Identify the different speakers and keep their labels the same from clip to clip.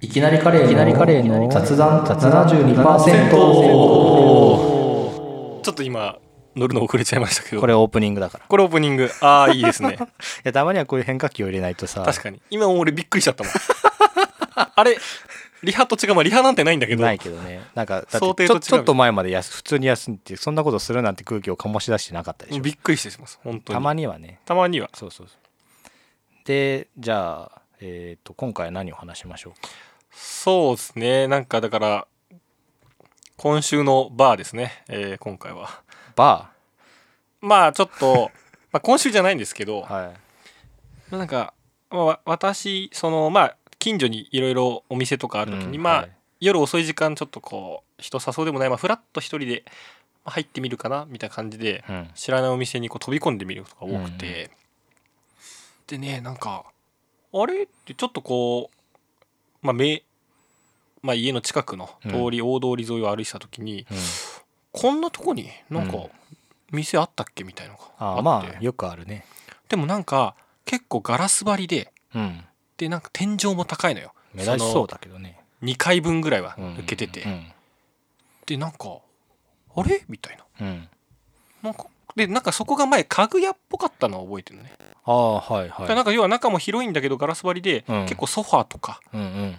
Speaker 1: いきなりカレーの
Speaker 2: いきなりカレーの
Speaker 1: 雑談72%
Speaker 3: ちょっと今乗るの遅れちゃいましたけど
Speaker 2: これオープニングだから。い
Speaker 3: これオープニングああいいですね
Speaker 2: や、たま にはこういう変化球を入れないとさ、
Speaker 3: 確かに今俺びっくりしちゃったもん あれリハと違うまあリハなんてないんだけど
Speaker 2: ないけどね。なんか、だ
Speaker 3: 想
Speaker 2: って
Speaker 3: 定
Speaker 2: ち
Speaker 3: と
Speaker 2: ょちょ
Speaker 3: 違う
Speaker 2: っと前までやす普通に休んで、そんなことするなんて空気を醸し出してなかったでしょ。
Speaker 3: びっくりしてします本当に
Speaker 2: たまにはね。
Speaker 3: たまには
Speaker 2: そうそうそう。で、じゃあ、えっ、と、今回は何を話しましょうか。
Speaker 3: そうですねなんかだから今週のバーですね、えー今回は
Speaker 2: バ
Speaker 3: まあちょっと まあ今週じゃないんですけど、
Speaker 2: ー。はい。
Speaker 3: なんか、まあわ私そのまあ近所にいろいろお店とかある時に、
Speaker 2: うん
Speaker 3: まあ、
Speaker 2: はい
Speaker 3: 夜遅い時間ちょっとこう人誘うでもないまあフラッと一人でまあ入ってみるかなみたいな感じで、
Speaker 2: うん。
Speaker 3: 知らないお店にこう飛び込んでみることが多くて、でねなんかあれってちょっとこう、まあ、めまあ家の近くの通り、大通り沿いを歩いてた時に
Speaker 2: うん、
Speaker 3: こんなとこになんか
Speaker 2: うん
Speaker 3: 店あったっけみたいなのがあっ
Speaker 2: あ
Speaker 3: て、
Speaker 2: あ、まあ、よくあるね。
Speaker 3: でもなんか結構ガラス張りで
Speaker 2: うん。
Speaker 3: でなんか天井も高いのよ
Speaker 2: 目立ちそう
Speaker 3: だ
Speaker 2: だけどね。
Speaker 3: 2階分ぐらいは
Speaker 2: うん
Speaker 3: 抜けてて、
Speaker 2: うん。
Speaker 3: でなんかあれみたいな
Speaker 2: うん。
Speaker 3: なんかでなんかそこが前家具屋っぽかったのを覚えてるのね
Speaker 2: ああ、はいは。
Speaker 3: だからないんか要は中も広いんだけどガラス張りで、
Speaker 2: うん
Speaker 3: 結構ソファーとか
Speaker 2: うんうん。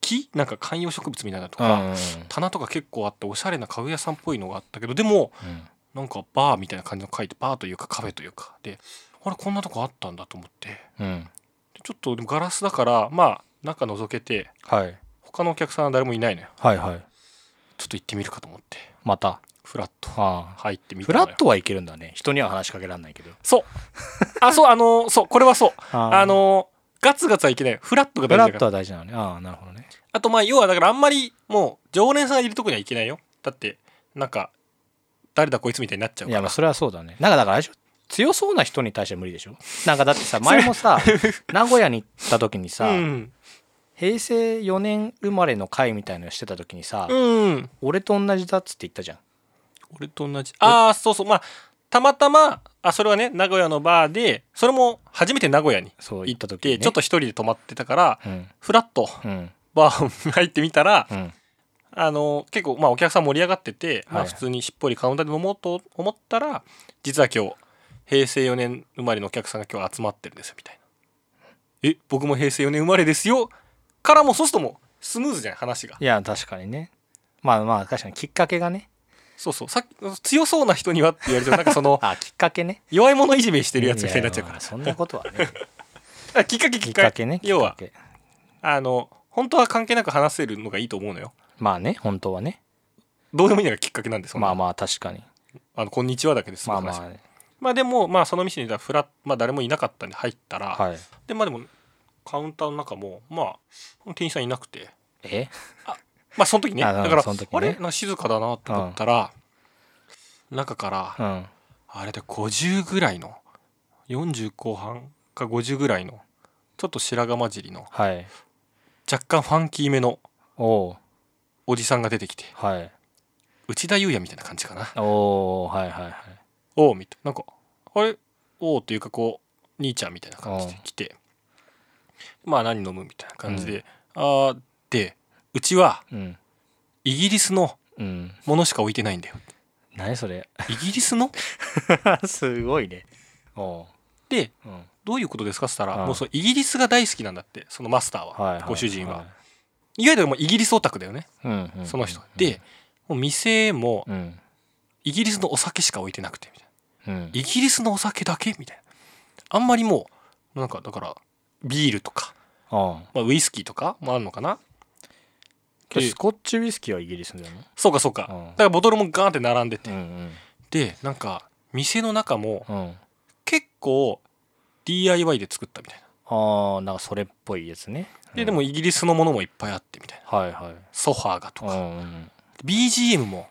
Speaker 3: 木なんか観葉植物みたいなのと
Speaker 2: う
Speaker 3: か、
Speaker 2: んうん
Speaker 3: 棚とか結構あっておしゃれな家具屋さんっぽいのがあったけどでも
Speaker 2: うん。
Speaker 3: なんかバーみたいな感じの書いてバーというかカフェというかであれこんなとこあったんだと思って
Speaker 2: う
Speaker 3: で
Speaker 2: ん。
Speaker 3: ちょっとでもガラスだからまあ中覗けて
Speaker 2: はい。
Speaker 3: 他のお客さんは誰もいないのよ
Speaker 2: はいはい。
Speaker 3: ちょっと行ってみるかと思って
Speaker 2: また。
Speaker 3: フラッと
Speaker 2: ああ。
Speaker 3: 入ってみた
Speaker 2: フ
Speaker 3: のよ
Speaker 2: ラットはいけるんだね。人には話しかけられないけど。
Speaker 3: そうあそうあのそうこれはそう
Speaker 2: あ
Speaker 3: あのガツガツはいけないフラットが
Speaker 2: フ
Speaker 3: 大事
Speaker 2: ラ
Speaker 3: だか
Speaker 2: ッ
Speaker 3: ら
Speaker 2: トは大事なのね。ああ、なるほどね。
Speaker 3: あとまあ要はだからあんまりもう常連さんがいるとこにはいけないよだってなんか誰だこいつみたいになっちゃう
Speaker 2: い
Speaker 3: か
Speaker 2: や、ま
Speaker 3: ら
Speaker 2: あ、それはそうだね。なんか、だからあれでしょ、強そうな人に対しては無理でしょなんか、だって さ、前もさ、名古屋に行った時にさ、
Speaker 3: うん
Speaker 2: 平成4年生まれの会みたいなのしてた時にさ、
Speaker 3: うん
Speaker 2: 俺と同じだっつって言ったじゃん。
Speaker 3: 俺と同じああそうそうまあたまたまあそれはね名古屋のバーでそれも初めて名古屋に
Speaker 2: そう、
Speaker 3: 行
Speaker 2: 行
Speaker 3: っ
Speaker 2: ってた時に、ね。
Speaker 3: ちょっと一人で泊まってたから
Speaker 2: うん、
Speaker 3: フラッと
Speaker 2: うん、
Speaker 3: バー入ってみたら
Speaker 2: うん、
Speaker 3: あの結構まあお客さん盛り上がってて、ま
Speaker 2: は
Speaker 3: あ、
Speaker 2: い
Speaker 3: 普通にしっぽりカウンターで飲もうと思ったら実は今日平成4年生まれのお客さんが今日集まってるんですよみたいな「え僕も平成4年生まれですよ」からもうそうするともうスムーズじゃない話が
Speaker 2: いや、確かにね。まあまあ、確かにきっかけがね。
Speaker 3: そうそうさっき強そうな人にはって言われてもなんか その
Speaker 2: あ、きっかけね。
Speaker 3: 弱い者いじめしてるやつみたいになっちゃ
Speaker 2: い
Speaker 3: うか
Speaker 2: やまあ
Speaker 3: ら
Speaker 2: そんなこと はね。
Speaker 3: あきっかけ
Speaker 2: き
Speaker 3: き
Speaker 2: っ
Speaker 3: っ
Speaker 2: か
Speaker 3: か
Speaker 2: け
Speaker 3: け
Speaker 2: ね。
Speaker 3: 要は
Speaker 2: きっかけ
Speaker 3: あの本当は関係なく話せるのがいいと思うのよ
Speaker 2: まあね、本当はね。
Speaker 3: どうでもいいのがきっかけなんです
Speaker 2: まあまあ、確かに。
Speaker 3: あのこんにちはだけです
Speaker 2: まあま
Speaker 3: まあでもまあその店にいたらフラッまあ誰もいなかったんで入ったら、
Speaker 2: あ、はい。
Speaker 3: でまあでもカウンターの中もまあ店員さんいなくて
Speaker 2: え
Speaker 3: まあその時ね
Speaker 2: あ
Speaker 3: だから
Speaker 2: その時ね
Speaker 3: あれなんか静かだなと思ったら、中から、
Speaker 2: うん。
Speaker 3: あれで50ぐらいの40後半か50ぐらいのちょっと白髪混じりの
Speaker 2: はい。
Speaker 3: 若干ファンキーめの
Speaker 2: おう
Speaker 3: おじさんが出てきて
Speaker 2: はい。
Speaker 3: 内田裕也みたいな感じかな
Speaker 2: おおはいはいはい。
Speaker 3: おうみたいななんかあれおうというかこう兄ちゃんみたいな感じで来てまあ何飲むみたいな感じで、ああーでうちは
Speaker 2: うん。
Speaker 3: イギリスの
Speaker 2: うん。
Speaker 3: ものしか置いてないんだよ
Speaker 2: 何そ れ
Speaker 3: イギリスの
Speaker 2: すごいね。おう
Speaker 3: で
Speaker 2: うん。
Speaker 3: どういうことですかっつったら
Speaker 2: うん
Speaker 3: もうそのイギリスが大好きなんだってそのマスターは、
Speaker 2: はいはい。
Speaker 3: ご主人は、、
Speaker 2: はい
Speaker 3: わゆるもうイギリスオタクだよね
Speaker 2: い。うん、うん。
Speaker 3: その人、で、もう店も
Speaker 2: うん。
Speaker 3: イギリスのお酒しか置いてなくてみたい
Speaker 2: うん。
Speaker 3: なイギリスのお酒だけみたいなあんまりもうなんかだからビールとか、
Speaker 2: おう
Speaker 3: まあ、ウイスキーとかもあるのかなで
Speaker 2: スコッチウイスキーはイギリスだよね。
Speaker 3: そうかそうか、
Speaker 2: うん
Speaker 3: だからボトルもガーンって並んでて、
Speaker 2: ん
Speaker 3: でなんか店の中も
Speaker 2: うん。うん。
Speaker 3: 結構 DIY で作ったみたいな
Speaker 2: ああ、なんかそれっぽいやつね。
Speaker 3: で
Speaker 2: うん
Speaker 3: でも、イギリスのものもいっぱいあってみたいな
Speaker 2: はいはい。
Speaker 3: ソファーがと
Speaker 2: う
Speaker 3: か、
Speaker 2: んうん。
Speaker 3: BGM も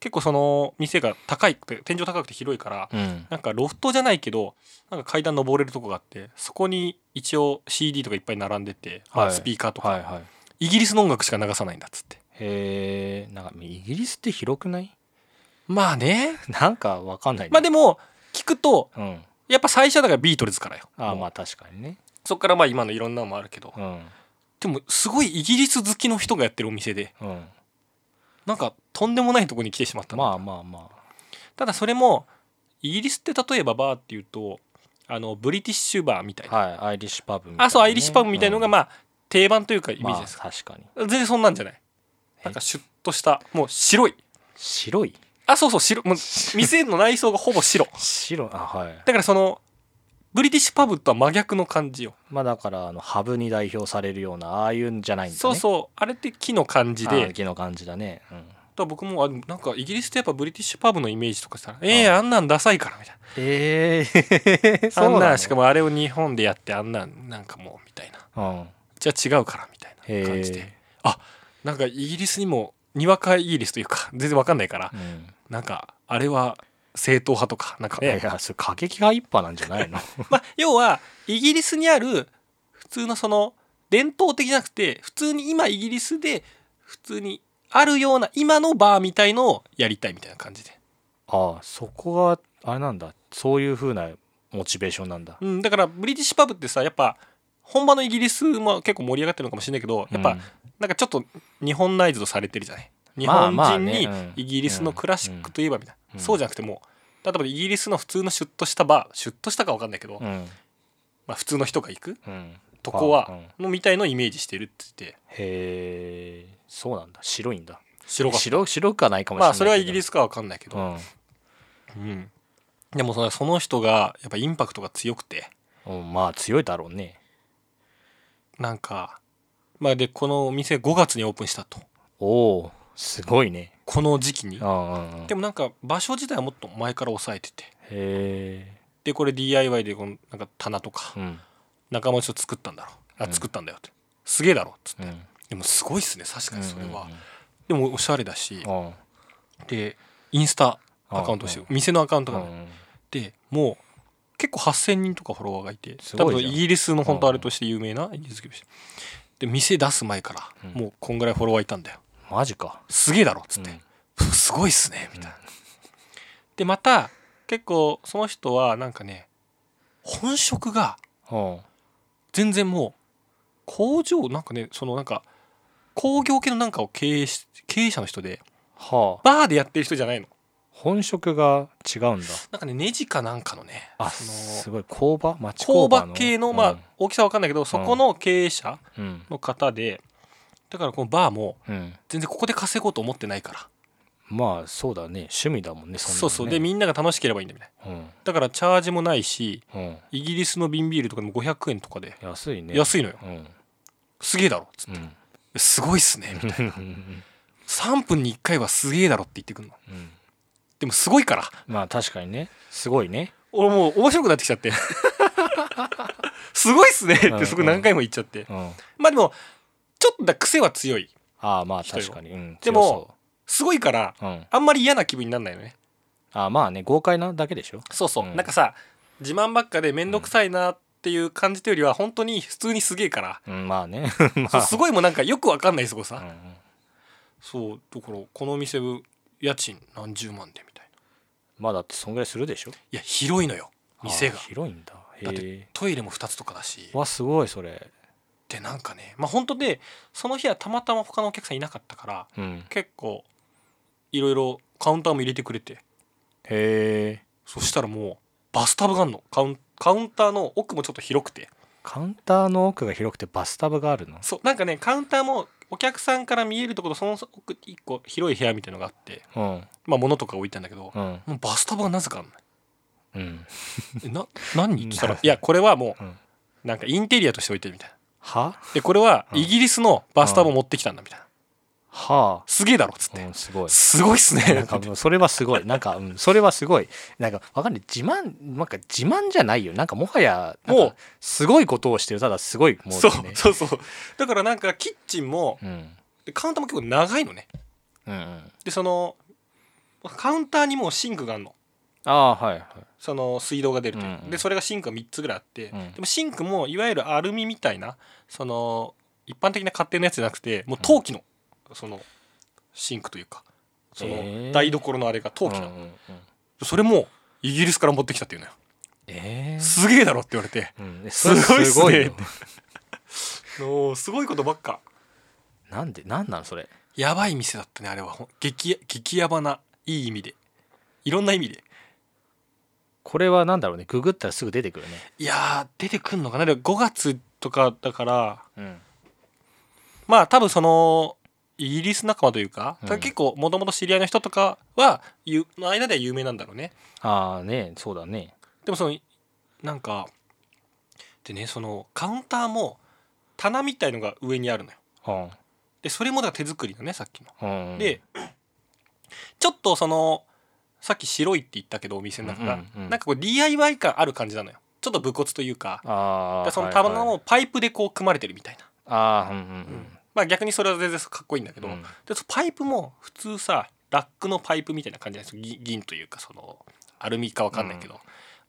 Speaker 3: 結構その店が高いくて天井高くて広いから
Speaker 2: うん。
Speaker 3: なんかロフトじゃないけどなんか階段登れるとこがあってそこに一応 CD とかいっぱい並んでて、まあ
Speaker 2: はい
Speaker 3: スピーカーとか、
Speaker 2: はいはい。
Speaker 3: イギリスの音楽しか流さないんだっつって
Speaker 2: へえ、なんかイギリスって広くない
Speaker 3: まあね
Speaker 2: なんかわかんないね
Speaker 3: まあでも聞くと
Speaker 2: うん。
Speaker 3: やっぱ最初はだからビートルズからよ
Speaker 2: ああ、
Speaker 3: もう
Speaker 2: まあ確かにね。
Speaker 3: そっからまあ今のいろんなのもあるけど、っ
Speaker 2: うん。
Speaker 3: てでもすごいイギリス好きの人がやってるお店で
Speaker 2: うん、
Speaker 3: なんかとんでもないとこに来てしまったの
Speaker 2: まあまあま
Speaker 3: ただそれもイギリスって例えばバーっていうとあのブリティッシュバーみたいな、
Speaker 2: あはいアイリッシュパブみたいなね、
Speaker 3: あそうアイリッシュパブみたいのが
Speaker 2: うん
Speaker 3: まあ定番というかイメー
Speaker 2: ま
Speaker 3: ジ
Speaker 2: あ
Speaker 3: ですか、
Speaker 2: 確かに
Speaker 3: 全然そんなんじゃないなんかシュッとしたもう白い
Speaker 2: 白い
Speaker 3: あそうそう白もう店の内装がほぼ白
Speaker 2: 白あはい
Speaker 3: だからそのブリティッシュパブとは真逆の感じよ、
Speaker 2: まあだからあのハブに代表されるようなああいうんじゃないんだね
Speaker 3: そう
Speaker 2: う
Speaker 3: そうあれって木の感じでだか
Speaker 2: 木の感じだね、うん、
Speaker 3: ら僕もあなんかイギリスってやっぱブリティッシュパブのイメージとかしたらええあんなんダサいからみたい
Speaker 2: え え
Speaker 3: なあんなんし
Speaker 2: し
Speaker 3: か
Speaker 2: かも、
Speaker 3: もあれを日本でやってあんなんなんかもうみたいな
Speaker 2: うん、
Speaker 3: じゃあ違うからみたいな感じ
Speaker 2: へ
Speaker 3: であなんかイギリスにもにわかイギリスというか 全然わかんないから
Speaker 2: うん
Speaker 3: なんかあれは正統派とかなんか
Speaker 2: いやいやそれ過激派一派なんじゃないの
Speaker 3: まあ要はイギリスにある普通のその伝統的じゃなくて普通に今イギリスで普通にあるような今のバーみたいのをやりたいみたいな感じで、
Speaker 2: ああそこがあれなんだそういうふうなモチベーションなんだ
Speaker 3: うん、だからブリティッシュパブってさやっぱ本場のイギリスも結構盛り上がってるのかもしれないけどやっぱ、
Speaker 2: うん
Speaker 3: なんかちょっと日本内とされてるじゃない日
Speaker 2: まあ
Speaker 3: 本
Speaker 2: まあ
Speaker 3: 人
Speaker 2: ね
Speaker 3: に
Speaker 2: うん
Speaker 3: イギリスのクラシックといえばみたいな、
Speaker 2: うん
Speaker 3: そうじゃなくてもう例えばイギリスの普通のシュッとしたバーシュッとしたか分かんないけど、
Speaker 2: うん
Speaker 3: まあ、普通の人が行く
Speaker 2: うん
Speaker 3: とこ
Speaker 2: うん
Speaker 3: はのみたいのをイメージしてるって言って
Speaker 2: へえそうなんだ白いんだ
Speaker 3: 白が
Speaker 2: 白白くはないかもしれない
Speaker 3: まあそれはイギリ
Speaker 2: ス
Speaker 3: スかは分かんないけ
Speaker 2: う
Speaker 3: ど、
Speaker 2: ん
Speaker 3: うんでもそのその人がやっぱインパクトが強くて
Speaker 2: うんまあ強いだろうね
Speaker 3: なんか、まあ、でこのお店5月にオープンしたと
Speaker 2: おおすごいね
Speaker 3: この時期に
Speaker 2: うんうんうん
Speaker 3: でもなんか場所自体はもっと前から抑えてて
Speaker 2: へ
Speaker 3: でこれ DIY でこのなんか棚とか
Speaker 2: えうん
Speaker 3: 仲間の人作ったんだろう
Speaker 2: う
Speaker 3: あ
Speaker 2: ん
Speaker 3: 作ったんだよってすげえだろっつって
Speaker 2: うん
Speaker 3: でもすごいっすね確かにそれは
Speaker 2: うん
Speaker 3: でもおしゃれだし
Speaker 2: うんうん
Speaker 3: でインスタアカウントしてる店のアカウントがね
Speaker 2: うん
Speaker 3: でもう結構8,000人とかフォロワーがいて
Speaker 2: す
Speaker 3: 多
Speaker 2: ごい
Speaker 3: 分
Speaker 2: じゃん
Speaker 3: イギリスの本当あれとして有名なイギリス業者で店出す前か
Speaker 2: う
Speaker 3: ら
Speaker 2: ん
Speaker 3: もうこんぐらいフォロワーいたんだよ
Speaker 2: マジか
Speaker 3: すげえだろっつって
Speaker 2: うん
Speaker 3: すごいっすねみたいなでまた結構その人はなんかね本職が
Speaker 2: うん
Speaker 3: 全然もう工場なんかねそのなんか工業系のなんかを経営し経営者の人で
Speaker 2: はあ
Speaker 3: バーでやってる人じゃないの
Speaker 2: 本職が違うんだ
Speaker 3: なんかねネジかなんかのね
Speaker 2: あ
Speaker 3: その
Speaker 2: すごい工場町工
Speaker 3: 工
Speaker 2: 場
Speaker 3: 場系のまあ大きさは分かんないけどそこの経営者
Speaker 2: あうん
Speaker 3: の方でだからこのバーも
Speaker 2: うんうん
Speaker 3: 全然ここで稼ごうと思ってないから
Speaker 2: まあそうだね趣味だもんね
Speaker 3: そうそうで
Speaker 2: で
Speaker 3: みんなが楽しければいいんだみたいな
Speaker 2: うん
Speaker 3: だからチャージもないし
Speaker 2: うん
Speaker 3: イギリスの瓶ビールとかでも500円とかで
Speaker 2: 安いね
Speaker 3: 安いのよ
Speaker 2: うん
Speaker 3: すげえだろつって
Speaker 2: うん
Speaker 3: すごいっすねみ たいな3分に1回はすげえだろって言ってくんの
Speaker 2: うん
Speaker 3: でもすごいから
Speaker 2: まあ確かにねすごいね
Speaker 3: 俺もう面白くなってきちゃって すごいっすねってすごい何回も言っちゃって
Speaker 2: うん
Speaker 3: まあでもちょっとだ癖は強い
Speaker 2: ああまあ
Speaker 3: 人よ
Speaker 2: 確かにうん
Speaker 3: でもすごいから
Speaker 2: 強そううん
Speaker 3: あんまり嫌な気分にならないよね
Speaker 2: ああまあね豪快なだけでしょ
Speaker 3: そうそう、
Speaker 2: うん
Speaker 3: なんかさ自慢ばっかで面倒くさいなっていう感じというよりは本当に普通にすげえから、
Speaker 2: うんまあね
Speaker 3: そ
Speaker 2: ま
Speaker 3: うすごいもうなんかよくわかんないすごさ、
Speaker 2: あうん
Speaker 3: そうだからこのお店家賃何十万でみたいな
Speaker 2: まあだってそんぐらいするでしょ
Speaker 3: いや広いのよ店が
Speaker 2: あー広いんだ
Speaker 3: だって
Speaker 2: へ
Speaker 3: トイレも2つとかだし
Speaker 2: えわすごいそれ
Speaker 3: でなんかねまあ本当でその日はたまたま他のお客さんいなかったから
Speaker 2: うん
Speaker 3: 結構いろいろカウンターも入れてくれて
Speaker 2: へえ
Speaker 3: そしたらもうバスタブがあるのカウンカウンターの奥もちょっと広くて
Speaker 2: カウンターの奥が広くてバスタブがあるの
Speaker 3: そうなんかねカウンターもお客さんから見えるところとその奥一個広い部屋みたいのがあって
Speaker 2: うん
Speaker 3: まあ物とか置いたんだけど、
Speaker 2: うん
Speaker 3: もうバスタブがなぜかあんの
Speaker 2: うん
Speaker 3: えな 何って言ったら「いやこれはも
Speaker 2: うん
Speaker 3: うなんかインテリアとして置いてる」みたいな
Speaker 2: は
Speaker 3: でこれは
Speaker 2: うん
Speaker 3: イギリスのバスタブを持ってきたんだみたいな
Speaker 2: は
Speaker 3: すげえだろっつっ
Speaker 2: あ、う
Speaker 3: て
Speaker 2: ん、すごい
Speaker 3: すごいっすね
Speaker 2: なんかもうそれはすごいなんか、うん、それはすごいなんかわかんない自慢なんか自慢じゃないよなんかもはやなんか
Speaker 3: もう
Speaker 2: すごいことをしてるただすごいもうね
Speaker 3: そうそうそうだからなんかキッチンも
Speaker 2: うん
Speaker 3: でカウンターも結構長いのね
Speaker 2: うんうん
Speaker 3: でそのカウンターにもうシンクがあるの
Speaker 2: ああはいはい
Speaker 3: その水道が出るという、
Speaker 2: うんうん
Speaker 3: でそれがシンクが3つぐらいあって、
Speaker 2: うん
Speaker 3: でもシンクもいわゆるアルミみたいなその一般的な家庭のやつじゃなくてもう陶器の、そのシンクというかそ
Speaker 2: へ
Speaker 3: の
Speaker 2: ー
Speaker 3: 台所のあれが陶器なの、
Speaker 2: うんうんうん
Speaker 3: それもイギリスから持ってきたっていうのよ
Speaker 2: ええ
Speaker 3: すげえだろって言われて
Speaker 2: うん、
Speaker 3: すごいっすね
Speaker 2: それすごいよ
Speaker 3: もうすごいことばっか
Speaker 2: なんでなんなのそれ
Speaker 3: やばい店だったねあれはほん激激ヤバないい意味でいろんな意味で
Speaker 2: これはなんだろうねググったらすぐ出てくるね
Speaker 3: いやー出てくんのかなでも5月とかだから
Speaker 2: うん
Speaker 3: まあ多分そのイギリス仲間というか、
Speaker 2: うん
Speaker 3: 結構もともと知り合いの人とかはゆの間では有名なんだろうね
Speaker 2: ああねそうだね
Speaker 3: でもそのなんかでねそのカウンターも棚みたいのが上にあるのよ
Speaker 2: うん
Speaker 3: でそれもだから手作りのねさっきの、
Speaker 2: うん
Speaker 3: でちょっとそのさっき白いって言ったけどお店の中が、
Speaker 2: うんうんうん
Speaker 3: なんかこう DIY 感ある感じなのよちょっと武骨というか
Speaker 2: あ
Speaker 3: で
Speaker 2: あ
Speaker 3: その
Speaker 2: はいは
Speaker 3: 棚
Speaker 2: い
Speaker 3: もパイプでこう組まれてるみたいな、
Speaker 2: ああうんうん
Speaker 3: うんまあ逆にそれは全然かっこいいんだけど、
Speaker 2: うんうん
Speaker 3: でそパイプも普通さラックのパイプみたいな感じなんですよぎ銀というかそのアルミかわかんないけど、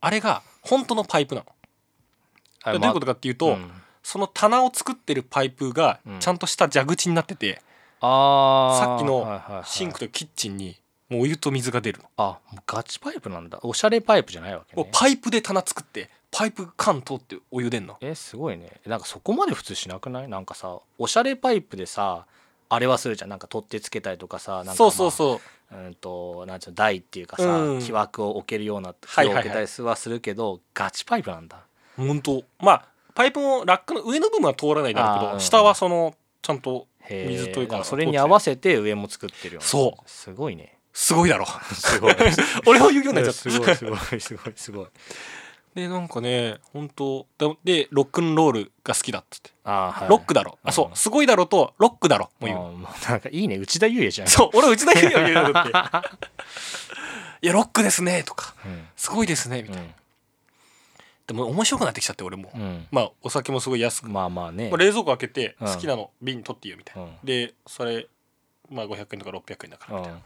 Speaker 3: あれが本当のパイプなの。
Speaker 2: あ
Speaker 3: でどういうことかっていうと、
Speaker 2: うん
Speaker 3: その棚を作ってるパイプが
Speaker 2: うん
Speaker 3: ちゃんとした蛇口になってて、
Speaker 2: あー
Speaker 3: さっき
Speaker 2: は
Speaker 3: の
Speaker 2: いはいはい
Speaker 3: シンクとキッチンにもうお湯と水が出るの。
Speaker 2: あもうガチパイプなんだおしゃれパイプじゃないわけ
Speaker 3: もう
Speaker 2: ね
Speaker 3: パイプで棚作ってパイプ缶通ってお湯出んの。
Speaker 2: えすごいねなんかそこまで普通しなくないなんかさおしゃれパイプでさあれはするじゃんなんか取っ手つけたりとかさなんか、まあ、
Speaker 3: そうそうそう
Speaker 2: ううんとなんちゅうの台っていうかさ、
Speaker 3: うん
Speaker 2: 木枠を置けるような
Speaker 3: は
Speaker 2: 木を
Speaker 3: いはい
Speaker 2: 置
Speaker 3: はい
Speaker 2: けたりすはするけど、ガチパイプなんだ
Speaker 3: 本当まあパイプもラックの上の部分は通らないだろうけ
Speaker 2: あー
Speaker 3: ど、
Speaker 2: うん
Speaker 3: 下はそのちゃんと
Speaker 2: へえ
Speaker 3: 水というか
Speaker 2: だらそれに合わせて上も作ってるよね
Speaker 3: そう
Speaker 2: すごいね
Speaker 3: すご いだろ
Speaker 2: すごい
Speaker 3: 俺を言うようになっちゃった
Speaker 2: すごいすごいすごいすごい
Speaker 3: でなんかね本当だでロックンロールが好きだっつって、
Speaker 2: あー、はい、
Speaker 3: ロックだろ
Speaker 2: うん
Speaker 3: あそう、すごいだろとロックだろもう言う
Speaker 2: もうなんかいいね内田裕也じゃん
Speaker 3: そう俺内田裕也を言うの っていやロックですねとか
Speaker 2: うん、
Speaker 3: すごいですねみたいな、でも面白くなってきちゃって俺も、
Speaker 2: うんうん
Speaker 3: まあお酒もすごい安く、
Speaker 2: まあまあね、
Speaker 3: まあ冷蔵庫開けて
Speaker 2: うん
Speaker 3: 好きなの瓶取っていいよみたいな、
Speaker 2: うん
Speaker 3: でそれまあ500円とか600円だか
Speaker 2: う
Speaker 3: ら
Speaker 2: ん、
Speaker 3: みたいな、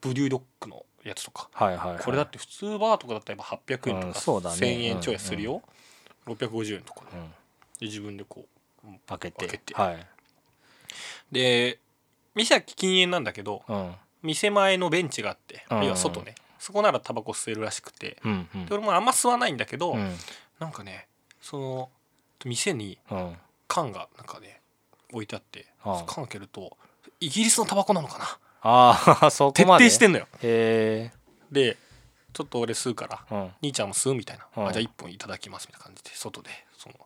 Speaker 3: ブリューロックのやつとか
Speaker 2: はいはい、はい、
Speaker 3: これだって普通バーとかだったらやっぱ800円と
Speaker 2: うん
Speaker 3: か
Speaker 2: そうだね
Speaker 3: 1000円ちょいするよ、650円とかで
Speaker 2: うん、
Speaker 3: 自分でこう
Speaker 2: 開けて
Speaker 3: 開けて
Speaker 2: はい、
Speaker 3: で店は禁煙なんだけど
Speaker 2: うん
Speaker 3: 店前のベンチがあって
Speaker 2: うん
Speaker 3: 要は外ねそこならタバコ吸えるらしくて
Speaker 2: うん
Speaker 3: で俺もあんま吸わないんだけど、
Speaker 2: うん
Speaker 3: なんかねその店に
Speaker 2: うん
Speaker 3: 缶がなんかね置いてあって
Speaker 2: ああ
Speaker 3: 缶開けるとイギリスのタバコなのかな
Speaker 2: ああ そ
Speaker 3: 徹
Speaker 2: こま
Speaker 3: 底
Speaker 2: で
Speaker 3: して
Speaker 2: へ
Speaker 3: んのよ
Speaker 2: え
Speaker 3: でちょっと俺吸うから
Speaker 2: うん
Speaker 3: 兄ちゃんも吸うみたいな、
Speaker 2: うん
Speaker 3: あじゃあ1本いただきますみたいな感じで外でその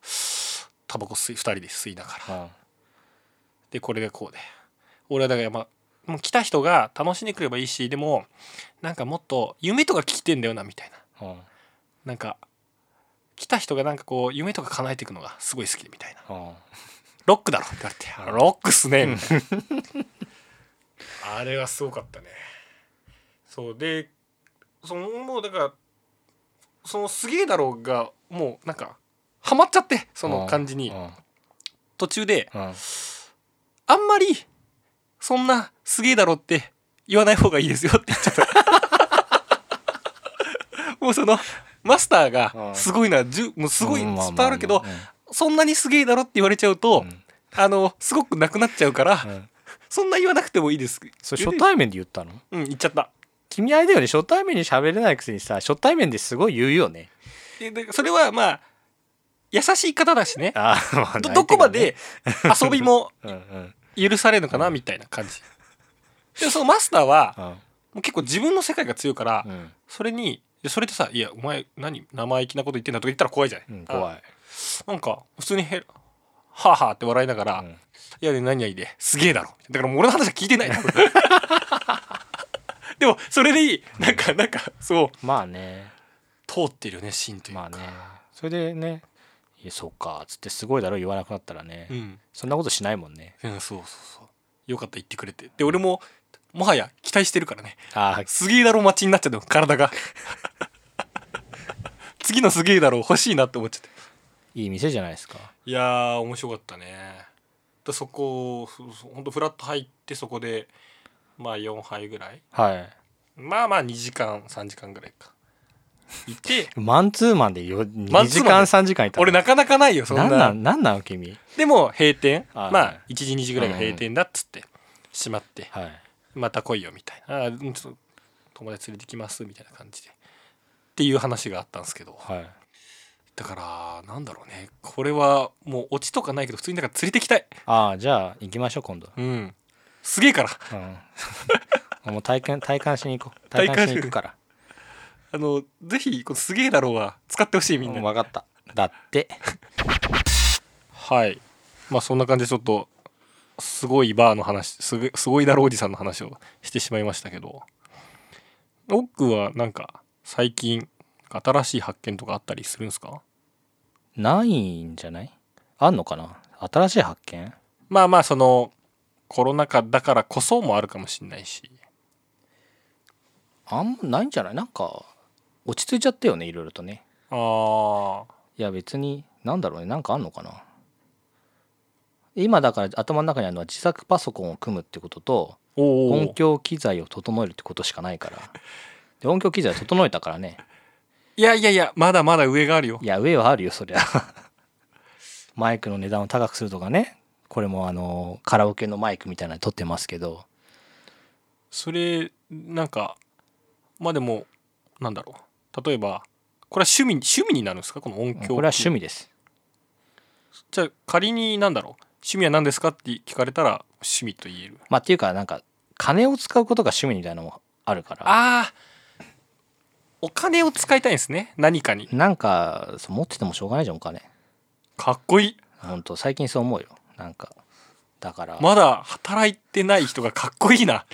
Speaker 3: タバコ吸い2人で吸いながら
Speaker 2: うん
Speaker 3: でこれでこうで俺はだからまあもう来た人が楽しんでくればいいしでもなんかもっと夢とか聞きてんだよなみたいな
Speaker 2: うん
Speaker 3: なんか来た人がなんかこう夢とか叶えていくのがすごい好きでみたいな
Speaker 2: うん
Speaker 3: ロックだろって言われてあロックっすねみたいな あれはすごかったねそうでそのもうだからそのすげえだろうがもうなんかハマっちゃってその感じに
Speaker 2: うん
Speaker 3: 途中で
Speaker 2: うん
Speaker 3: あんまりそんなすげえだろって言わない方がいいですよって言っちゃ った。もうそのマスター
Speaker 2: うん
Speaker 3: がすごいのはじゅもうすごいいっ
Speaker 2: うんまあまあ
Speaker 3: ぱいあるけど
Speaker 2: まあ
Speaker 3: そんなにすげえだろって言われちゃう
Speaker 2: う
Speaker 3: と
Speaker 2: んうん
Speaker 3: あのすごくなくなっちゃうから
Speaker 2: うん
Speaker 3: そんな言わなくてもいいです。
Speaker 2: それ初対面で言ったの
Speaker 3: うん言っちゃった。
Speaker 2: 君あれだよね初対面に喋れないくせにさ初対面ですごい言うよね
Speaker 3: ででそれはまあ優しい方だしね。
Speaker 2: ああまあな
Speaker 3: ど
Speaker 2: いけね
Speaker 3: どこまで遊びも
Speaker 2: うんうん
Speaker 3: 許されるのかなみたいな感じ。でそのマスターは
Speaker 2: うん
Speaker 3: もう結構自分の世界が強いから、
Speaker 2: うん
Speaker 3: それにでそれでさ「いやお前何生意気なこと言ってんだ」とか言ったら怖いじゃない、
Speaker 2: うん怖い
Speaker 3: あなんか普通にへ「はあはあ」って笑いながら「
Speaker 2: うん
Speaker 3: いやで何々ですげえだろ」だからもう俺の話は聞いて ないでもそれでいいなんかなんかそう
Speaker 2: まあね
Speaker 3: 通ってるよね芯という
Speaker 2: ま
Speaker 3: か、
Speaker 2: あねそれでね「いやそうか」つって「すごいだろ」言わなくなったらね、
Speaker 3: うん、
Speaker 2: そんなことしないもんね
Speaker 3: うん、そうそうそうよかった言ってくれてで俺ももはや期待してるからね
Speaker 2: ああ
Speaker 3: すげえだろ待ちになっちゃうの体が 次のすげえだろ欲しいなって思っちゃって
Speaker 2: いい店じゃないですか
Speaker 3: いやー面白かったねでそこそうそうほんとフラッと入ってそこでまあ4杯ぐらい
Speaker 2: はい
Speaker 3: まあまあ2時間3時間ぐらいかい て
Speaker 2: マンツーマンでよ
Speaker 3: マ
Speaker 2: 2
Speaker 3: ンツ
Speaker 2: 時
Speaker 3: ーマ
Speaker 2: 間
Speaker 3: ンで
Speaker 2: 3時間いたの
Speaker 3: 俺なかなかないよそん
Speaker 2: な
Speaker 3: な
Speaker 2: なん
Speaker 3: ん
Speaker 2: なんなの君
Speaker 3: でも閉店
Speaker 2: あ
Speaker 3: ま
Speaker 2: はい
Speaker 3: あ1時2時ぐらいが閉店だっつってしまって
Speaker 2: はい
Speaker 3: また来いよみたいなあーうんちょっと友達連れてきますみたいな感じでっていう話があったんですけど
Speaker 2: はい
Speaker 3: だからなんだろうねこれはもうオチとかないけど普通にだから連れてきたい
Speaker 2: ああじゃあ行きましょう今度、
Speaker 3: うんすげえから
Speaker 2: うん、も う体験体感しに行こ う体
Speaker 3: 体
Speaker 2: 感
Speaker 3: 感
Speaker 2: し
Speaker 3: し
Speaker 2: に
Speaker 3: に
Speaker 2: 行くから
Speaker 3: あのぜひこのすげえだろうは使ってほしいみんなに
Speaker 2: 分かっただって
Speaker 3: はいまあそんな感じでちょっとすごいバーの話すごいすごいだろうおじさんの話をしてしまいましたけど奥はなんか最近新しい発見とかあったりするんですか
Speaker 2: ないんじゃないあんのかな新しい発見
Speaker 3: まあまあそのコロナ禍だからこそもあるかもしれないし
Speaker 2: あんまないんじゃないなんか落ち着いちゃったよねいろいろとね
Speaker 3: ああ
Speaker 2: いや別になんだろうねなんかあんのかな今だから頭の中にあるのは自作パソコンを組むってことと
Speaker 3: おー
Speaker 2: 音響機材を整えるってことしかないからで音響機材整えたから ね
Speaker 3: いやいやいやまだまだ上があるよ
Speaker 2: いや、上はあるよ、そりゃ。 マイクの値段を高くするとかね。これもあの、カラオケのマイクみたいなの撮ってますけど。
Speaker 3: それなんかまあでもなんだろう例えばこれは趣味趣味になるんですかこの音響
Speaker 2: これは趣味です。
Speaker 3: じゃあ仮になんだろう趣味は何ですかって聞かれたら趣味と言える
Speaker 2: まあ、っていうか、なんか、金を使うことが趣味みたいなのもあるから。
Speaker 3: ああお金を使いたいんですね何かに
Speaker 2: なんか、そう持っててもしょうがないじゃん、お金。
Speaker 3: かっこいい
Speaker 2: ほんと、最近そう思うよ。なんか、だから、
Speaker 3: まだ働いてない人がかっこいいな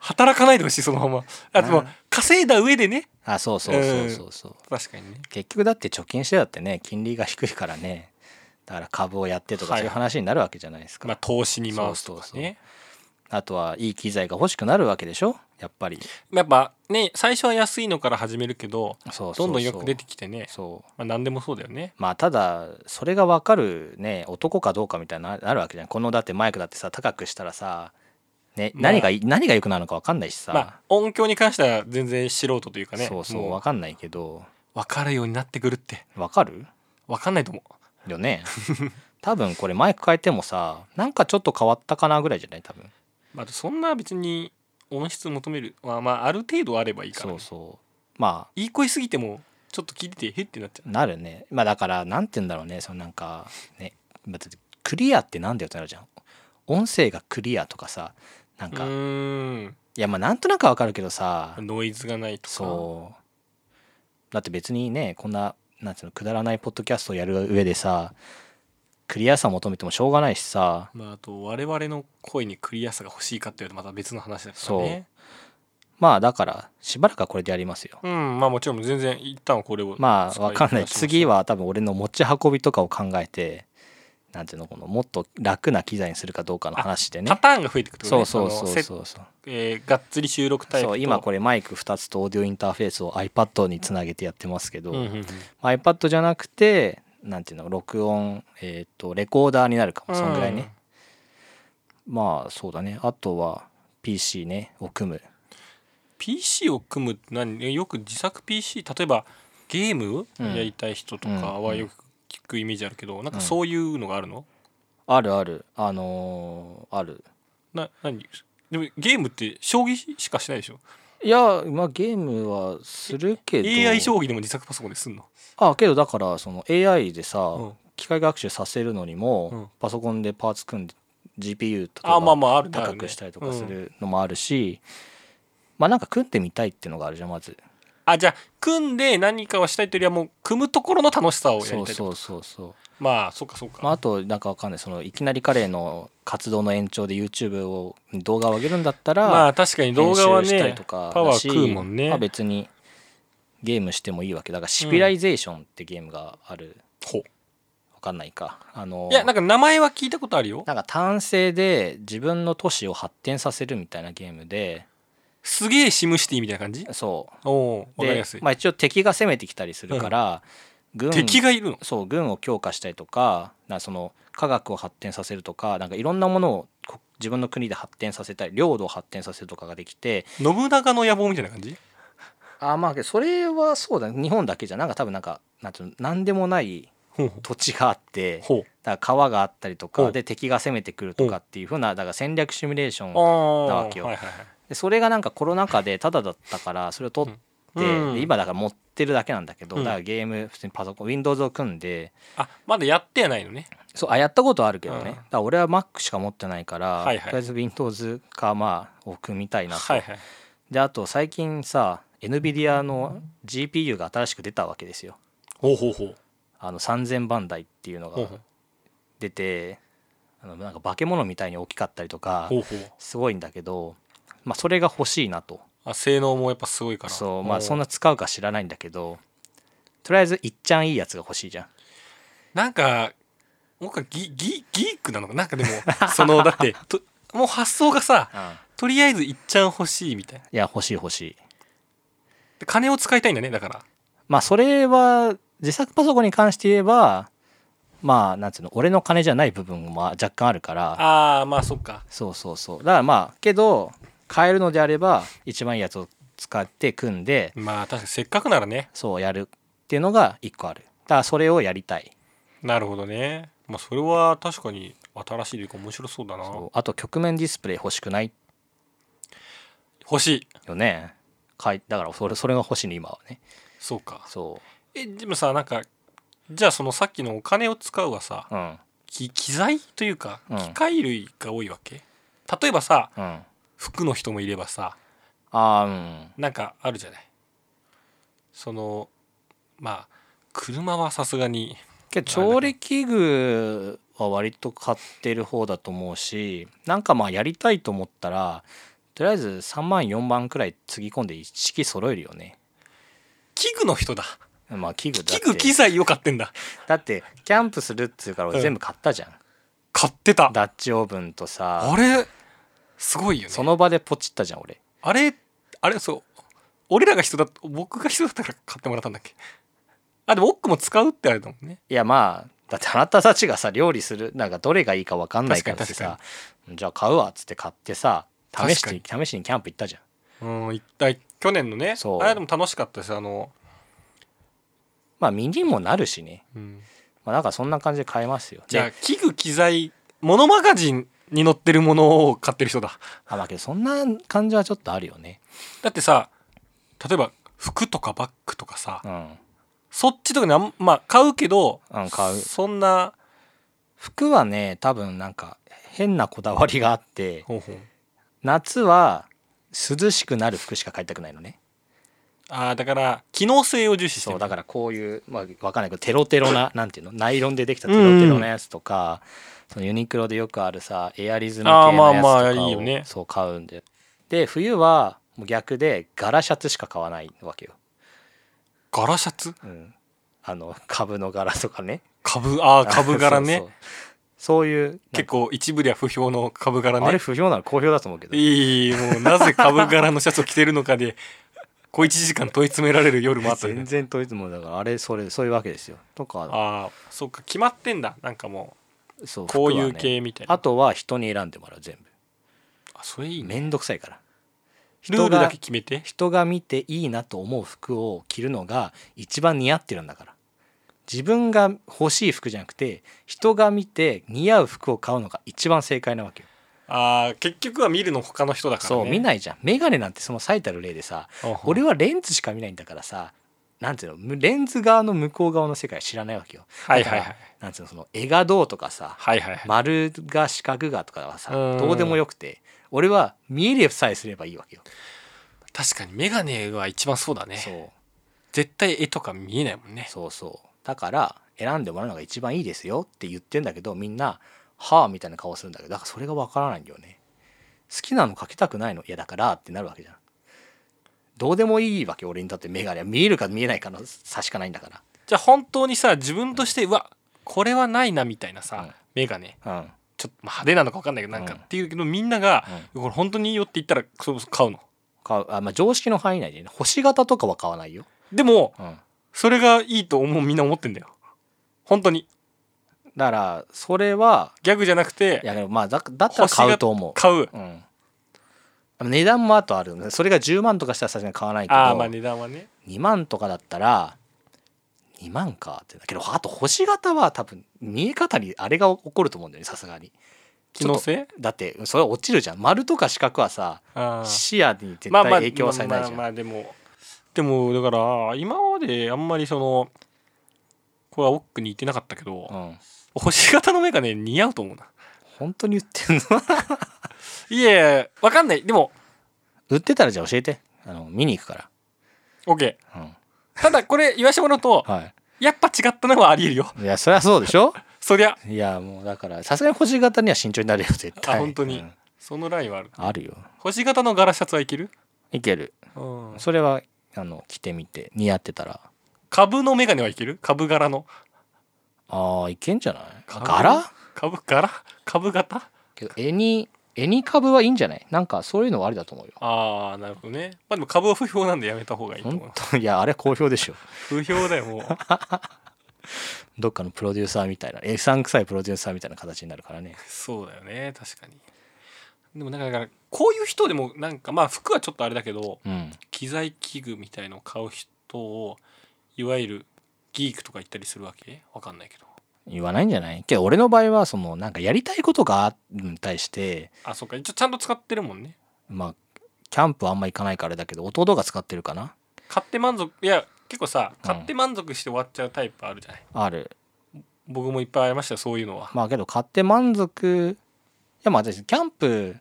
Speaker 3: 働かないでほしいそのままあでも
Speaker 2: な
Speaker 3: 稼いだ上でね
Speaker 2: あ、そうそうそうそうそう。
Speaker 3: 確かにね
Speaker 2: 結局だって貯金してだってね、金利が低いからね。だから株をやってとか
Speaker 3: はい
Speaker 2: そういう話になるわけじゃないですか。
Speaker 3: まあ投資に回すとかね
Speaker 2: そうそうそうあとはいい機材が欲しくなるわけでしょやっぱり。
Speaker 3: やっぱね最初は安いのから始めるけど
Speaker 2: そうそうそう
Speaker 3: どんどんよく出てきてね
Speaker 2: そう
Speaker 3: まあ、何でもそうだよね
Speaker 2: まあただそれが分かるね男かどうかみたいなのあるわけじゃんこのだってマイクだってさ高くしたらさ、ね、
Speaker 3: まあ
Speaker 2: 何がいい何が良くなるのか分かんないしさ、
Speaker 3: まあ音響に関しては全然素人というかね
Speaker 2: そうそう
Speaker 3: も
Speaker 2: 分かんないけど
Speaker 3: 分かるようになってくるって
Speaker 2: 分かる
Speaker 3: 分かんないと思う
Speaker 2: よね多分これマイク変えてもさなんかちょっと変わったかなぐらいじゃない多分
Speaker 3: まあ、そんな別に音質求める、まあ、まあある程度あればいいから、
Speaker 2: そ
Speaker 3: ね
Speaker 2: う、そうま
Speaker 3: いい声すぎてもちょっと聞いててへってなっちゃ
Speaker 2: あなるねまあだからなんて言うんだろうねそのなんかねだってクリアってなんだよってなるじゃん音声がクリアとかさなん
Speaker 3: うう
Speaker 2: か、い
Speaker 3: ーん
Speaker 2: やまあなんとなくは分かるけどさ
Speaker 3: ノイズがないとか
Speaker 2: そうだって別にねこんななんていうのくだらないポッドキャストをやる上でさクリアさ求めてもしょうがないしさ
Speaker 3: まあ、あと我々の声にクリアさが欲しいかっていうとまた別の話だからね
Speaker 2: まあだからしばらくはこれでやりますよ
Speaker 3: うんまあもちろん全然一旦はこれを
Speaker 2: まあ
Speaker 3: 使
Speaker 2: わかんない
Speaker 3: 出しましょう
Speaker 2: 次は多分俺の持ち運びとかを考えてなんていうのこのもっと楽な機材にするかどうかの話でね
Speaker 3: パターンが増えてくってこと
Speaker 2: そ
Speaker 3: ね
Speaker 2: うそうそう
Speaker 3: あのセ
Speaker 2: そうそう
Speaker 3: えーがっつり収録タイプ
Speaker 2: そ
Speaker 3: と
Speaker 2: う今これマイク2つとオーディオインターフェースを iPad につなげてやってますけど、
Speaker 3: うんうんうん
Speaker 2: iPad じゃなくてなんていうの録音えっ、とレコーダーになるかもそんぐらいね、まあそうだねあとは PC ねを組む
Speaker 3: PC を組むって何よく自作 PC 例えばゲームやりたい人とか
Speaker 2: うんう
Speaker 3: は
Speaker 2: ん
Speaker 3: よく聞くイメージあるけど、なんかそういうのがあるの、
Speaker 2: あるあるあのーある
Speaker 3: な何でもゲームって将棋しかしないでしょ
Speaker 2: いやまあゲームはするけど
Speaker 3: AI 将棋でも自作パソコンですんの
Speaker 2: あけどだからその AI でさ、
Speaker 3: うん
Speaker 2: 機械学習させるのにも、
Speaker 3: うん
Speaker 2: パソコンでパーツ組んで GPU と
Speaker 3: あまあ
Speaker 2: か
Speaker 3: まああるねある
Speaker 2: 高
Speaker 3: ね
Speaker 2: くしたりとかするのもあるしまあなんか組んでみたいっていうのがあるじゃんまず
Speaker 3: あじゃあ組んで何かをしたいというよりはもう組むところの楽しさをやりたい
Speaker 2: そ
Speaker 3: と
Speaker 2: うそうそうそう
Speaker 3: まあそうかそうか、
Speaker 2: まあ、あとなんかわかんないそのいきなり彼の活動の延長で YouTube を動画を上げるんだったら、
Speaker 3: まあ確かに動画は
Speaker 2: 編集したり
Speaker 3: ね
Speaker 2: と
Speaker 3: パ
Speaker 2: か
Speaker 3: ワ
Speaker 2: だ
Speaker 3: ー
Speaker 2: し
Speaker 3: 食うもんね
Speaker 2: まあ、別にゲームしてもいいわけだからシビライゼーションってゲームがある、
Speaker 3: ほう
Speaker 2: わかんないかあの
Speaker 3: いやなんか名前は聞いたことあるよ
Speaker 2: なんか単性で自分の都市を発展させるみたいなゲームです
Speaker 3: げえシムシティみたいな感じ
Speaker 2: そ
Speaker 3: おお
Speaker 2: う
Speaker 3: わかり
Speaker 2: で
Speaker 3: やすい、
Speaker 2: まあ、一応敵が攻めてきたりするから、軍
Speaker 3: 敵がいるの
Speaker 2: そう軍を強化したりとかなんかその科学を発展させるとかなんかいろんなものをこ自分の国で発展させたり領土を発展させるとかができて
Speaker 3: 信長の野望みたいな感じ
Speaker 2: あーまあけどそれはそうだね日本だけじゃなんか多分なんかなんていうのなんでもない
Speaker 3: ほうほう
Speaker 2: 土地があって
Speaker 3: ほう
Speaker 2: だから川があったりと
Speaker 3: ほ
Speaker 2: か
Speaker 3: う
Speaker 2: で敵が攻めてくるとかっていう風なだから戦略シミュレーション
Speaker 3: ああ
Speaker 2: なわけよ
Speaker 3: はいはいはい
Speaker 2: でそれがなんかコロナ禍でタダだったからそれを取っって、
Speaker 3: うん
Speaker 2: で今だから持ってるだけなんだけど、
Speaker 3: うん
Speaker 2: だからゲーム普通にパソコン Windows を組んで
Speaker 3: あまだやってはないのね
Speaker 2: そうあやったことはあるけどね、
Speaker 3: うん
Speaker 2: だから俺は Mac しか持ってないから、
Speaker 3: はいはい
Speaker 2: とりあえず Windows かまあを組みたいなと、
Speaker 3: はいはい
Speaker 2: であと最近さ NVIDIA の GPU が新しく出たわけですよ
Speaker 3: ほうほうほう
Speaker 2: あの3000番台っていうの
Speaker 3: ほう
Speaker 2: が
Speaker 3: ほう
Speaker 2: 出てあのなんか化け物みたいに大きかったりとか
Speaker 3: ほうほう
Speaker 2: すごいんだけど、まあ、それが欲しいなと
Speaker 3: あ性能もやっぱすごいから
Speaker 2: そうまあそん
Speaker 3: な
Speaker 2: な使うか知らないんだけどとりあえずいっちゃんいいやつが欲しいじゃん
Speaker 3: なんか僕はギギギークなのかなんかでも そのだってともう発想がさとりあえずいっちゃん欲しいみたいない
Speaker 2: や欲しい欲しい
Speaker 3: で金を使いたいんだねだから
Speaker 2: まあそれは自作パソコンに関して言えばまあなんつうの俺の金じゃない部分も若干あるから
Speaker 3: ああまあそっか
Speaker 2: そうそうそうだからまあけど買えるのであれば一番いいやつを使って組んで
Speaker 3: まあ確かにせっかくならね
Speaker 2: そうやるっていうのが一個あるだからそれをやりたい
Speaker 3: なるほどねまあそれは確かに新しいというか面白そうだな
Speaker 2: そうあと局面ディスプレイ欲しくない
Speaker 3: 欲しい
Speaker 2: よねかいだからそれそれが欲しいね今はね
Speaker 3: そうか
Speaker 2: そ
Speaker 3: えでもさなんかじゃあそのさっきのお金を使うはさ
Speaker 2: ううん
Speaker 3: き機材というか
Speaker 2: うん
Speaker 3: 機械類が多いわけ、例えばさ
Speaker 2: うんあ
Speaker 3: 服の人もいればさ
Speaker 2: あー
Speaker 3: なんかあるじゃないそのまあ車はさすがに
Speaker 2: うんけど調理器具は割と買ってる方だと思うしなんかまあやりたいと思ったらとりあえず3万4万くらいつぎ込んで一式揃えるよね
Speaker 3: 器具の人だ
Speaker 2: まあ器具だって
Speaker 3: 器具機材よかってんだ
Speaker 2: だってキャンプするっつうから
Speaker 3: う
Speaker 2: 俺
Speaker 3: ん
Speaker 2: 全部買ったじゃん、
Speaker 3: 買ってた
Speaker 2: ダッチオーブンとさ
Speaker 3: あれすごいよね
Speaker 2: その場でポチったじゃん俺
Speaker 3: あれあれそう俺らが人だ僕が人だったから買ってもらったんだっけあでも奥も使うってあれだもんね
Speaker 2: いやまあだってあなたたちがさ料理するなんかどれがいいか分かんないからって
Speaker 3: 確かに
Speaker 2: さじゃあ買うわっつって買ってさ試して
Speaker 3: 確
Speaker 2: 試しにキャンプ行ったじゃん
Speaker 3: うん一体去年のね
Speaker 2: そう
Speaker 3: あれでも楽しかったですあの、
Speaker 2: まあ身にもなるしね、
Speaker 3: うん
Speaker 2: まあ、なんかそんな感じで買えますよ
Speaker 3: じゃあ
Speaker 2: で
Speaker 3: 器具機材モノマガジンに載ってるものを買ってる人だ
Speaker 2: あまあけどそんな感じはちょっとあるよね
Speaker 3: だってさ例えば服とかバッグとかさ、
Speaker 2: うん、
Speaker 3: そっちとかにあんまあ買うけど
Speaker 2: うん、買う
Speaker 3: そんな
Speaker 2: 服はね多分なんか変なこだわりがあって
Speaker 3: ほうほう
Speaker 2: 夏は涼しくなる服しか買いたくないのね
Speaker 3: あーだから機能性を重視して
Speaker 2: そ
Speaker 3: る
Speaker 2: うだからこういう、まあ、分かんないけどテロテロななんていうのナイロンでできたテロテロなやつとか、そのユニクロでよくあるさエアリズム系
Speaker 3: あーま
Speaker 2: の
Speaker 3: あ
Speaker 2: やつと
Speaker 3: まあ
Speaker 2: か
Speaker 3: いい
Speaker 2: を、
Speaker 3: よね
Speaker 2: そう買うんでで冬はもう逆で柄シャツしか買わないわけよ、
Speaker 3: 柄シャツ
Speaker 2: うん、あの株の柄とかね
Speaker 3: 株ああ株柄 ね
Speaker 2: そうそうそういう
Speaker 3: 結構一部では不評の株柄
Speaker 2: あれ
Speaker 3: ね
Speaker 2: 不評なの好評だと思うけど
Speaker 3: いいもうなぜ株柄のシャツを着てるのかで小1時間問い詰められる夜もあったよ
Speaker 2: 全
Speaker 3: ね
Speaker 2: 然といつもだからあれそれそういうわけですよとか
Speaker 3: ああそっか決まってんだなんかも
Speaker 2: そう
Speaker 3: うこういう
Speaker 2: 服はね
Speaker 3: 系みたいな、
Speaker 2: あとは人に選んでもらう全
Speaker 3: あそれいい
Speaker 2: 部
Speaker 3: ね
Speaker 2: めんどくさいから
Speaker 3: ルールだけ決めて
Speaker 2: 人が見ていいなと思う服を着るのが一番似合ってるんだから自分が欲しい服じゃなくて人が見て似合う服を買うのが一番正解なわけよ、
Speaker 3: ああ結局は見るの他の人だからね
Speaker 2: そう見ないじゃん眼鏡なんてその最たる例でさ俺
Speaker 3: は
Speaker 2: はレンズしか見ないんだからさなんていうのむレンズ側の向こう側の世界知らないわけよ
Speaker 3: はい
Speaker 2: だ
Speaker 3: はいは
Speaker 2: か
Speaker 3: い
Speaker 2: らなんていうのその絵がどうとかさ
Speaker 3: はいはいはい
Speaker 2: 丸が四角がとかはさ
Speaker 3: うん
Speaker 2: どうでもよくて俺は見えれさえすればいいわけよ、
Speaker 3: 確かに眼鏡は一番そうだね
Speaker 2: そう
Speaker 3: 絶対絵とか見えないもんね
Speaker 2: そうそうだから選んでもらうのが一番いいですよって言ってんだけどみんな「はあ」みたいな顔するんだけどだからそれがわからないんだよね好きなの書きたくないのいやだからってなるわけじゃんどうでもいいわけ俺にとって眼鏡は見えるか見えないかの差しかないんだか
Speaker 3: じゃあ本当にさ自分として、うわこれはないなみたいなさ、
Speaker 2: うん
Speaker 3: 眼鏡
Speaker 2: らうん
Speaker 3: ちょっとまあ派手なのか分かんないけどなんか
Speaker 2: うん
Speaker 3: っていうけどみんなが、これ本当にいいよって言ったらそれこそ買うの
Speaker 2: 買うあまあ常識の範囲内でね星型とかは買わないよ、
Speaker 3: でも
Speaker 2: うん、
Speaker 3: それがいいと思うみんな思ってんだよ本当に
Speaker 2: だからそれは
Speaker 3: ギャグじゃなく
Speaker 2: い
Speaker 3: て
Speaker 2: やでもまあだだったら買うと思う
Speaker 3: 買う
Speaker 2: うん値段もあとあるんでそれが10万とかしたらさすがに買わないけど
Speaker 3: ああまあ値段はね
Speaker 2: 2万とかだったら2万かってだけどあと星型は多分見え方にあれが起こると思うんだよねさすがに
Speaker 3: 機能性
Speaker 2: だってそれは落ちるじゃん丸とか四角はさ
Speaker 3: ああ
Speaker 2: 視野に絶
Speaker 3: まあ
Speaker 2: 対
Speaker 3: まあ
Speaker 2: 影響はされないじゃん、
Speaker 3: まあまあまあでもでもだから今まであんまりそのこれは奥に行ってなかったけど、
Speaker 2: うん
Speaker 3: 星型のメガネ似合うと思うな
Speaker 2: 本当に言ってんの
Speaker 3: いやいやわかんないでも
Speaker 2: 売ってたらじゃあ教えてあの見に行くか
Speaker 3: OK
Speaker 2: ら、うん、
Speaker 3: ただこれ言わしてもらうと
Speaker 2: は
Speaker 3: やっぱ違ったのはありえるよ
Speaker 2: いいやそりゃそうでしょ
Speaker 3: そりゃ
Speaker 2: いやもうだからさすがに星型には慎重になるよ絶対
Speaker 3: あ本当に
Speaker 2: うん
Speaker 3: そのラインはある
Speaker 2: あるよ
Speaker 3: 星型の柄シャツはいける、
Speaker 2: いける
Speaker 3: うん、
Speaker 2: それはあの着てみて似合ってたら
Speaker 3: 株のメガネはいける株柄の
Speaker 2: あーいけんじゃない
Speaker 3: 株
Speaker 2: 柄
Speaker 3: 株柄株型
Speaker 2: けど絵に絵に株はいいんじゃないなんかそういうのはありだと思うよ
Speaker 3: ああなるほどねまあでも株は不評なんでやめた方がいいと思う
Speaker 2: 本当いやあれ好評でしょ
Speaker 3: 不評だよも う
Speaker 2: どっかのプロデューサーみたいなえさんくさいプロデューサーみたいな形になるからね
Speaker 3: そうだよね確かにでもなんかだからこういう人でもなんかまあ服はちょっとあれだけど
Speaker 2: うん
Speaker 3: 機材器具みたいのを買う人をいわゆるギークとか言ったりするわけわかんないけど
Speaker 2: 言わないんじゃないけど俺の場合はそのなんかやりたいことがあるに対して
Speaker 3: あそうか一応ちゃんと使ってるもんね
Speaker 2: まあキャンプあんま行かないからあれだけど弟が使ってるかな
Speaker 3: 買って満足いや結構さ
Speaker 2: うん
Speaker 3: 買って満足して終わっちゃうタイプあるじゃない、
Speaker 2: ある
Speaker 3: 僕もいっぱいありましたよそういうのは
Speaker 2: まあけど買って満足いやまあ私キャンプ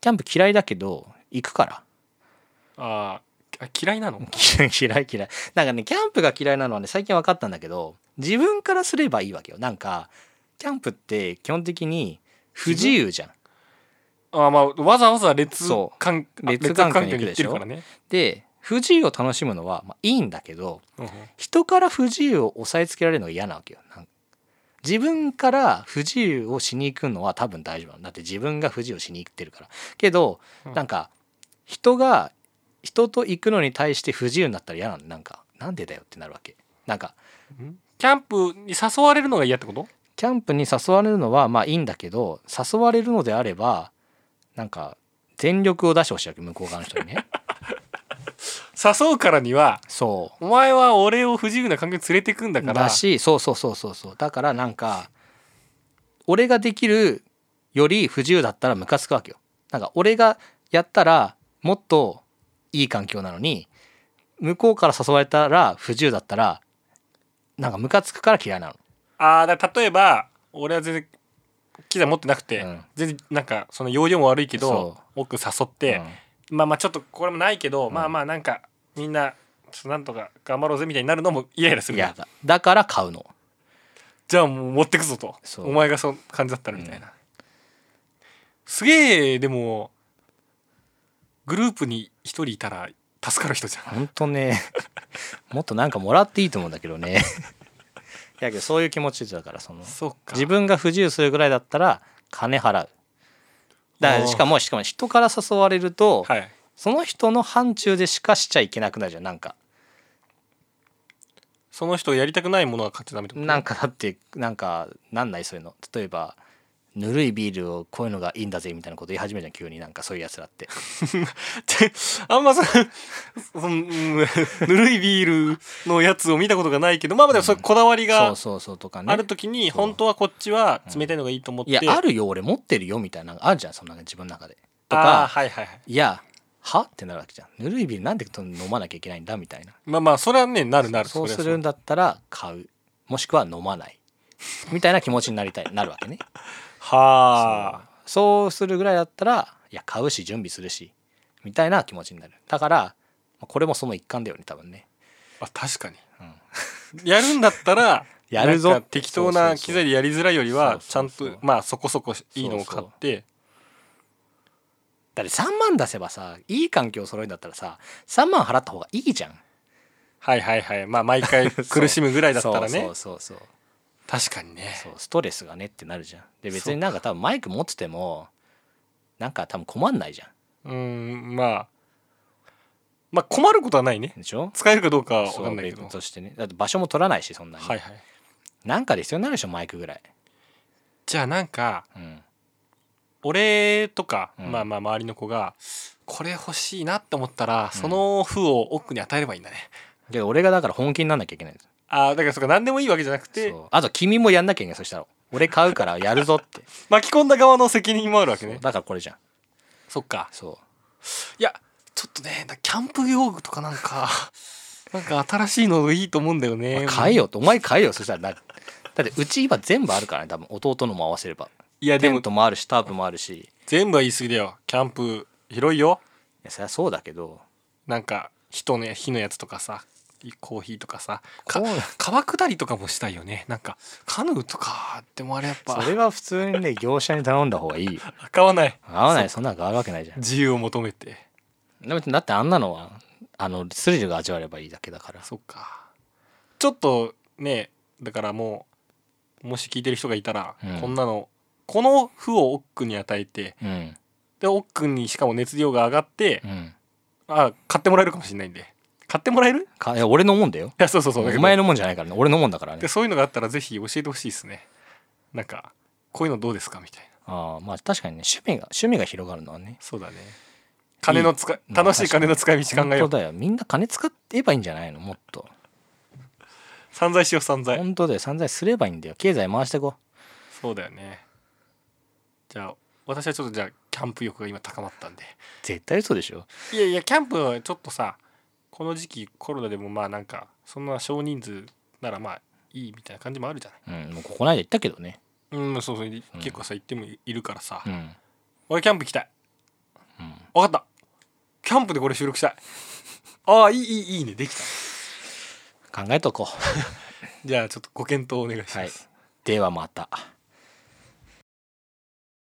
Speaker 2: キャンプ嫌いだけど行くから
Speaker 3: あーあ嫌いなの
Speaker 2: 嫌い嫌い嫌いなんかねキャンプが嫌いなのはね最近分かったんだけど自分からすればいいわけよなんかキャンプって基本的に不自由じゃん
Speaker 3: あまあわざわざ列
Speaker 2: そう
Speaker 3: 関
Speaker 2: 列
Speaker 3: 列
Speaker 2: 関
Speaker 3: 関
Speaker 2: 係
Speaker 3: 係
Speaker 2: に
Speaker 3: に
Speaker 2: 行くで
Speaker 3: 行って
Speaker 2: し
Speaker 3: る
Speaker 2: ょ
Speaker 3: からね、
Speaker 2: で不自由を楽しむのはまあいいんだけど
Speaker 3: うん
Speaker 2: 人から不自由を抑えつけられるのが嫌なわけよなん自分から不自由をしに行くのは多分大丈夫なのだって自分が不自由しに行ってるからけど
Speaker 3: うん
Speaker 2: なんか人が人と行くのに対して不自由になったら嫌なのなんかなんでだよってなるわけなんか
Speaker 3: んキャンプに誘われるのが嫌ってこと
Speaker 2: キャンプに誘われるのはまあいいんだけど誘われるのであればなんか全力を出してほしいわけ向こう側の人に ね
Speaker 3: 誘うからには
Speaker 2: そ
Speaker 3: お前は俺を不自由な環境に連れてくんだ
Speaker 2: う
Speaker 3: から
Speaker 2: だしそうそうそうそうそうだからなんか俺ができるより不自由だったらムカつくわけよなんか俺がやったらもっといい環境なのに向こうから誘われたら不自由だったらなんかムカつくから嫌いなの
Speaker 3: あーだから例えば俺は全然機材持ってなくて、
Speaker 2: うん
Speaker 3: 全然なんかその容量も悪いけど
Speaker 2: そ
Speaker 3: 奥誘って、まあまあちょっとこれもないけど、まあまあなんかみんなちょっとなんとか頑張ろうぜみたいになるのもイライラす
Speaker 2: うん、
Speaker 3: る
Speaker 2: いやだだから買うの
Speaker 3: じゃあもう持ってくぞと
Speaker 2: そう
Speaker 3: お前がその感じだったらみたいな、すげえでもグループに一人いたら助かる人じゃん
Speaker 2: ほんとね もっとなんかもらっていいと思うんだけどねい やけどそういう気持ちだからその
Speaker 3: そうか
Speaker 2: 自分が不自由するぐらいだったら金払うだか
Speaker 3: お
Speaker 2: ら
Speaker 3: ー
Speaker 2: しかもしかも人から誘われると、
Speaker 3: はい
Speaker 2: その人の範疇でしかしちゃいけなくなるじゃんなんか
Speaker 3: その人がやりたくないものは買っちゃダメってこと
Speaker 2: なんかだってなんかなんないそういうの例えばぬるいビールをこういうのがいいんだぜみたいなこと言い始めるじゃん急になんかそういうやつらって
Speaker 3: って あんまそその、うんぬるいビールのやつを見たことがないけどまあまあでもそれこだわり
Speaker 2: そ
Speaker 3: が
Speaker 2: うそうそうとかね
Speaker 3: ある時に
Speaker 2: そう
Speaker 3: 本当はこっちは冷たいのがいいと思っ
Speaker 2: い
Speaker 3: て、
Speaker 2: やあ
Speaker 3: る
Speaker 2: るよ俺持ってるよみたいなのがあるじゃんそんな自分の中でと
Speaker 3: と
Speaker 2: か
Speaker 3: かはいはいはい
Speaker 2: いやはってなるわけじゃんぬるいビールなんで飲まなきゃいけないんだみたいな
Speaker 3: まあまあそれはねなるなる
Speaker 2: そう
Speaker 3: れ
Speaker 2: す
Speaker 3: は
Speaker 2: るんだったら買うもしくは飲まないみたいな気持ちになりたいなるわけね
Speaker 3: は あ
Speaker 2: そうするぐらいだったらいや買うし準備するしみたいな気持ちになるだからまあこれもその一環だよね多分ね
Speaker 3: あ確かに、やるんだったら
Speaker 2: やるぞ
Speaker 3: なんか適当な機材でやりづらいよりはち
Speaker 2: そ
Speaker 3: ゃ
Speaker 2: うんそうそう
Speaker 3: とまあそこそこいいのを買って
Speaker 2: だって3万出せばさいい環境を揃えるんだったらさ3万払った方がいいじゃん
Speaker 3: はいはいはいまあ 毎回苦しむぐらいだったらね
Speaker 2: そうそうそうそう
Speaker 3: 確かにね
Speaker 2: そうストレスがねってなるじゃんで別になんか多分マイク持っててもなんか多分困んないじゃ
Speaker 3: うーんまあまあ困ることはないね
Speaker 2: んでしょ
Speaker 3: 使えるかどうかは
Speaker 2: そ
Speaker 3: 分
Speaker 2: う
Speaker 3: かんないけど
Speaker 2: 別としてねだって場所も取らないしそんなに、
Speaker 3: はいはい
Speaker 2: なんかで必要になるでしょマイクぐらい、
Speaker 3: じゃあなんか
Speaker 2: うん、
Speaker 3: 俺とか、
Speaker 2: うん
Speaker 3: まあまあ周りの子がこれ欲しいなって思ったらその負を奥に与えればいいんだね、
Speaker 2: けど俺がだから本気にならなきゃいけないんです
Speaker 3: ああだからそっか何でもいいわけじゃなくて
Speaker 2: そうあと君もやんなきゃいけないそしたら俺買うからやるぞ って
Speaker 3: 巻き込んだ側の責任もあるわけ
Speaker 2: そう
Speaker 3: ね
Speaker 2: だからこれじゃん
Speaker 3: そっか
Speaker 2: そう
Speaker 3: いやちょっとねだキャンプ用具とかなんか なんか新しいのいいと思うんだよね、
Speaker 2: まあ買えよってお前買えよそしたらなだってうち今全部あるからね多分弟のも合わせれば
Speaker 3: いや
Speaker 2: テ
Speaker 3: で
Speaker 2: ン
Speaker 3: も
Speaker 2: トもあるしタープもあるしい
Speaker 3: 全部は言い過ぎだよキャンプ広いよ
Speaker 2: やそりゃそうだけど
Speaker 3: なんか火とね火のやつとかさコーヒーとかさか
Speaker 2: こう
Speaker 3: 川下りとかもしたいよねなんかカヌーとかでもあれやっ
Speaker 2: そ
Speaker 3: ぱ
Speaker 2: れは普通に ね業者に頼んだ方がいい
Speaker 3: 買わない
Speaker 2: 合わないそんなのがあるわけないじゃん
Speaker 3: 自由を求めて
Speaker 2: だってだってあんなのはあのスリルが味わえればいいだけだから
Speaker 3: そっかちょっとねだからもうもし聞いてる人がいたら、
Speaker 2: うん
Speaker 3: こんなのこの負を奥君に与えて
Speaker 2: うん
Speaker 3: で奥君にしかも熱量が上がって
Speaker 2: う、ん
Speaker 3: あ買ってもらえるかもしれないんで買ってもらえる
Speaker 2: かいや俺のもんだよ
Speaker 3: いやそうそうそうだけ
Speaker 2: お
Speaker 3: ど
Speaker 2: 前のもんじゃないからね俺のもんだからね
Speaker 3: でそういうのがあったらぜひ教えてほしいですねなんかこういうのどうですかみたいな
Speaker 2: ああまあ確かにね趣味が趣味が広がるのはね
Speaker 3: そうだね金の使い
Speaker 2: まあ
Speaker 3: 楽しい金の使い道考えよ
Speaker 2: 本
Speaker 3: う
Speaker 2: 当だよみんな金使えばいいんじゃないのもっと
Speaker 3: 散財しよう散財
Speaker 2: 本当だよ散財すればいいんだよ経済回してこ
Speaker 3: そうだよねじゃあ私はちょっとじゃあキャンプ欲が今高まったんで
Speaker 2: う絶対嘘でしょ
Speaker 3: いやいやキャンプはちょっとさこの時期コロナでもまあなんかそんな少人数ならまあいいみたいな感じもあるじゃない
Speaker 2: うんもうここないで言ったけどね
Speaker 3: うんそうそう結構さ行ってもいるからさ、
Speaker 2: うん
Speaker 3: 俺キャンプ行きたい
Speaker 2: うん
Speaker 3: 分かったキャンプでこれ収録したいああいいいいいいねできた
Speaker 2: 考えとこう
Speaker 3: じゃあちょっとご検討お願いします、
Speaker 2: はいではまた